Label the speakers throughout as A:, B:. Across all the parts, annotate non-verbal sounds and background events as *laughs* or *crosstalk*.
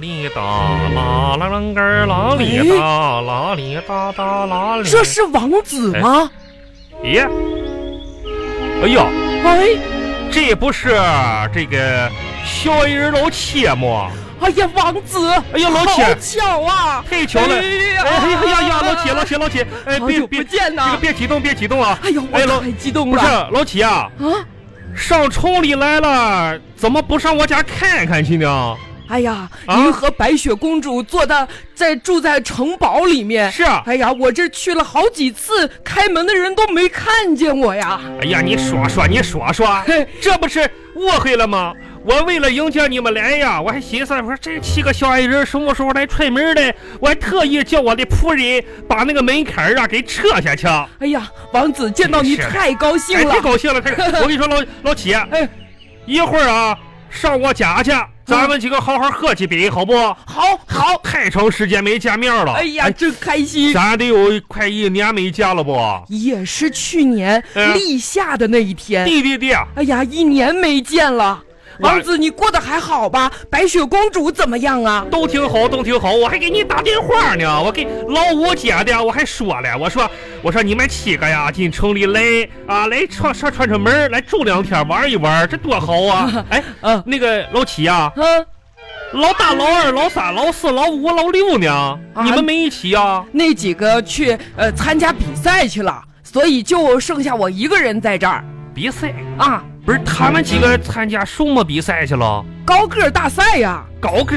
A: 里哒啦啦啷个儿啦里哒啦里哒哒啦里。
B: 这是王子吗？
A: 咦？哎呀，
B: 哎，
A: 这不是这个小人老铁吗？
B: 哎呀，王子，
A: 哎呀，老
B: 好
A: 铁，
B: 巧啊！
A: 太巧了！哎哎呀呀呀，老铁老铁老铁，哎，
B: 好
A: 别
B: 久
A: 别
B: 不见
A: 这个
B: 呐！
A: 别激动别激动啊！
B: 哎呦，
A: 哎老
B: 我太激动
A: 不
B: 了
A: 是老铁啊，
B: 啊！
A: 上城里来了，怎么不上我家看看去呢？
B: 哎呀，
A: 啊
B: 您和白雪公主坐的在住在城堡里面。
A: 是啊，
B: 哎呀，我这去了好几次，开门的人都没看见我呀。
A: 哎呀，你说说你说说，
B: 嘿，
A: 这不是误会了吗？我为了迎接你们来呀，我还寻思，我说这七个小矮人什么时候来串门嘞？我还特意叫我的仆人把那个门槛儿啊给撤下去。
B: 哎呀，王子见到你
A: 是
B: 太高兴
A: 哎，
B: 了
A: 太。高兴了，太！我跟你说，老老铁，
B: 哎，
A: 一会儿啊，上我家去，咱们几个好好喝几杯，好不？
B: 好
A: 啊
B: 好，
A: 太长时间没见面了，
B: 哎呀，真开心。
A: 咱得有快一年没见了不？
B: 也是去年
A: 嗯
B: 立夏的那一天。
A: 对对对，
B: 哎呀，一年没见了，
A: 我
B: 王子，你过得还好吧？白雪公主怎么样啊？
A: 都挺好，都挺好。我还给你打电话呢，我给老五姐的，我还说了，我说我说你们七个呀，进城里来啊，来串上串串门儿，来住两天，玩一玩，这多好啊！哎，
B: 嗯
A: 那个老七呀、
B: 嗯，
A: 老大、老二、老三、老四、老五、老六呢？你们没一起呀、
B: 那几个去呃参加比赛去了，所以就剩下我一个人在这儿
A: 比赛
B: 啊。
A: 不是他们几个参加什么比赛去了？
B: 高个儿大赛呀、
A: 高个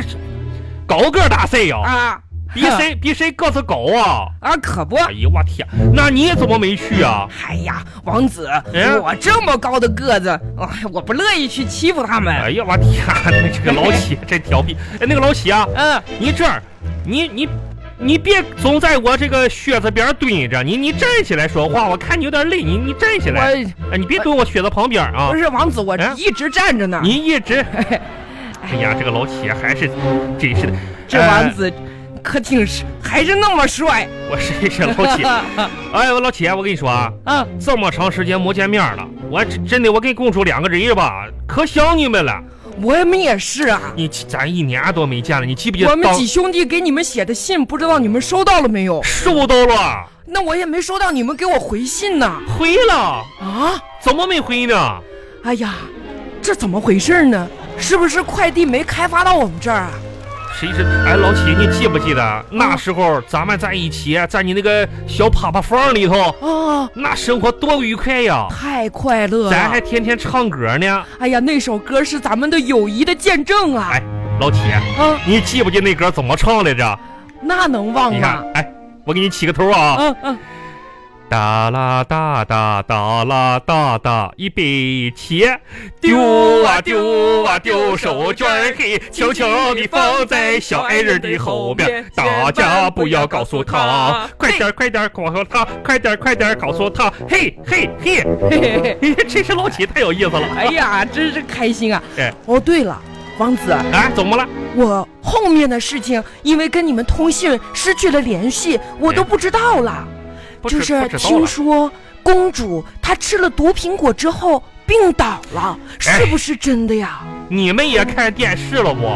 A: 高个大赛呀、
B: 啊！
A: 比谁比谁个子高啊！
B: 啊，可不。
A: 哎呦我天，那你怎么没去啊？
B: 哎呀，王子，
A: 哎
B: 我这么高的个子，哎，我不乐意去欺负他
A: 哎
B: 们。
A: 呀我天，那这个老七真调皮。哎，那个老七啊，
B: 嗯，
A: 你这样，你你你别总在我这个靴子边蹲着，你你站起来说话，我看你有点累，你你站起来，
B: 我
A: 哎，你别蹲我靴子旁边啊
B: 不。是王子，我
A: 哎
B: 一直站着呢。
A: 你一直，哎呀，这个老七还是真是的，
B: 这
A: 哎
B: 王子可挺是，还是那么帅。
A: 我试一试老七。哎，我老七，我跟你说啊，
B: *laughs* 啊，
A: 这么长时间没见面了，我真真的我跟公主两个人吧，可想你们了。
B: 我们也是啊。
A: 你咱一年多没见了，你记不记得
B: 我们
A: 当
B: 几兄弟给你们写的信，不知道你们收到了没有？
A: 收到了，
B: 那我也没收到你们给我回信呢。
A: 回了，
B: 啊，
A: 怎么没回呢？
B: 哎呀，这怎么回事呢？是不是快递没开发到我们这儿啊？
A: 谁是？哎，老七，你记不记得那时候咱们在一起，啊在你那个小趴趴房里头，
B: 啊，
A: 那生活多愉快呀！
B: 太快乐
A: 咱还
B: 了！
A: 天天唱歌呢。
B: 哎呀，那首歌是咱们的友谊的见证啊！
A: 哎，老七，
B: 啊，
A: 你记不记得那歌怎么唱来着？
B: 那能忘
A: 你看
B: 吗？，
A: 哎，我给你起个头啊。
B: 嗯嗯，
A: 哒啦哒哒哒啦哒哒，一杯起，丢啊丢啊丢手绢儿嘿，轻轻地放在小矮人的后边，大家不要告诉他，快点儿快点儿告诉他，快点儿快点儿告诉他，嘿嘿嘿，
B: 嘿嘿嘿，
A: 嘿这是老七太有意思了。
B: 哎呀，真是开
A: *laughs*
B: 心啊
A: 哎！
B: 哦，对了，王子，
A: 啊，怎么了？
B: 我后面的事情，因为跟你们通信失去了联系，我
A: 嗯
B: 都不知道了。
A: 不
B: 就
A: 知
B: 是
A: 不知道
B: 听
A: 了。
B: 说公主她吃了毒苹果之后病倒了，
A: 哎
B: 是不是真的呀？
A: 你们也看电视了不？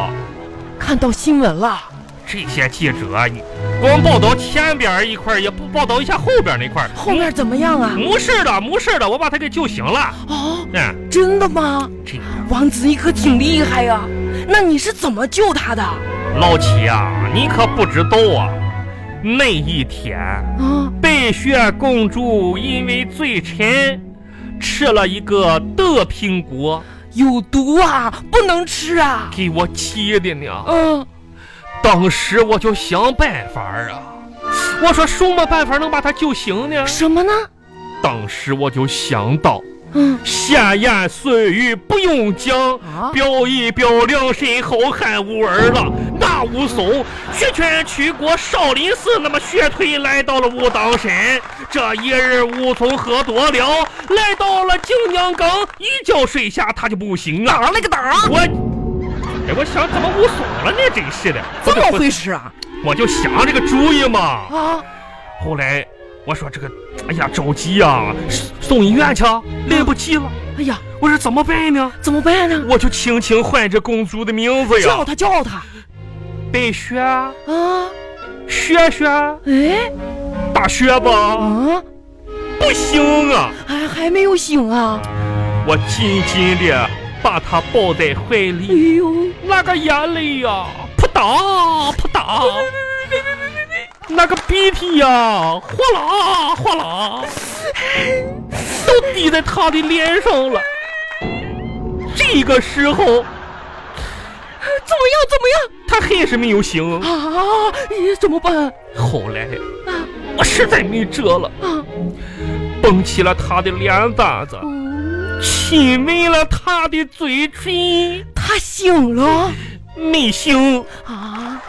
B: 看到新闻了，
A: 这些记者，你光报道前边儿一块儿，也不报道一下后边儿那块儿。
B: 后面怎么样啊？
A: 没事儿的，没事儿的，我把他给救醒了。
B: 哦，
A: 嗯，
B: 真的吗？
A: 这
B: 王子，你可挺厉害呀、那你是怎么救她的？
A: 老七啊，你可不知道啊，那一天
B: 啊，
A: 白雪公主因为嘴馋，吃了一个毒苹果，
B: 有毒啊，不能吃啊。
A: 给我气的呢。
B: 嗯、
A: 当时我就想办法儿啊，我说什么办法能把她救醒呢？
B: 什么呢？
A: 当时我就想到，
B: 嗯
A: 闲言碎语不用讲。
B: 啊，
A: 表一表两身好汉武儿了，那武松举拳去过少林寺，那么瘸腿来到了武当山。这一日武松喝多了，来到了景阳冈，一觉睡下他就不行了。
B: 打了个打，
A: 我，哎，我想怎么武松了呢？真是的，我
B: *laughs* 这
A: 就
B: 么回事啊？
A: 我就想这个主意嘛。
B: 啊，
A: 后来我说这个，哎呀着急呀、送医院去，来不及了。
B: 哎呀，
A: 我说怎么办呢？
B: 怎么办呢？
A: 哎我就轻轻唤着公主的名字呀。
B: 叫他叫他，
A: 白雪，
B: 啊，
A: 雪雪，
B: 哎，
A: 大雪吧，
B: 啊，
A: 不行啊！
B: 还还没有醒啊？
A: 我紧紧的把她抱在怀
B: 哎
A: 里，
B: 呦，
A: 那个眼泪呀、扑嗒扑嗒，那个鼻涕呀、哗啦哗啦，都滴在她的脸上了。这个时候，
B: 怎么样？怎么样？
A: 她还是没有醒。
B: 啊，咦，怎么办？
A: 后来
B: 啊
A: 我实在没辙了，
B: 啊，
A: 绷起了她的脸蛋子，
B: 嗯，
A: 亲吻了她的嘴唇，
B: 他醒了
A: 没醒。
B: 啊。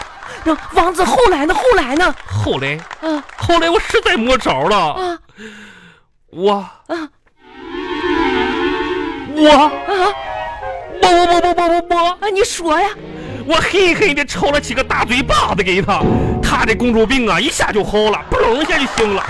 B: 那王子后来呢？后来呢？
A: 后来，
B: 啊
A: 后来我实在没招了，
B: 啊
A: 我
B: 啊
A: 我
B: 啊
A: 我我我我我我
B: 啊！你说呀？
A: 我狠狠的抽了几个大嘴巴子给她，她的公主病啊一下就好了，扑棱一下就醒了。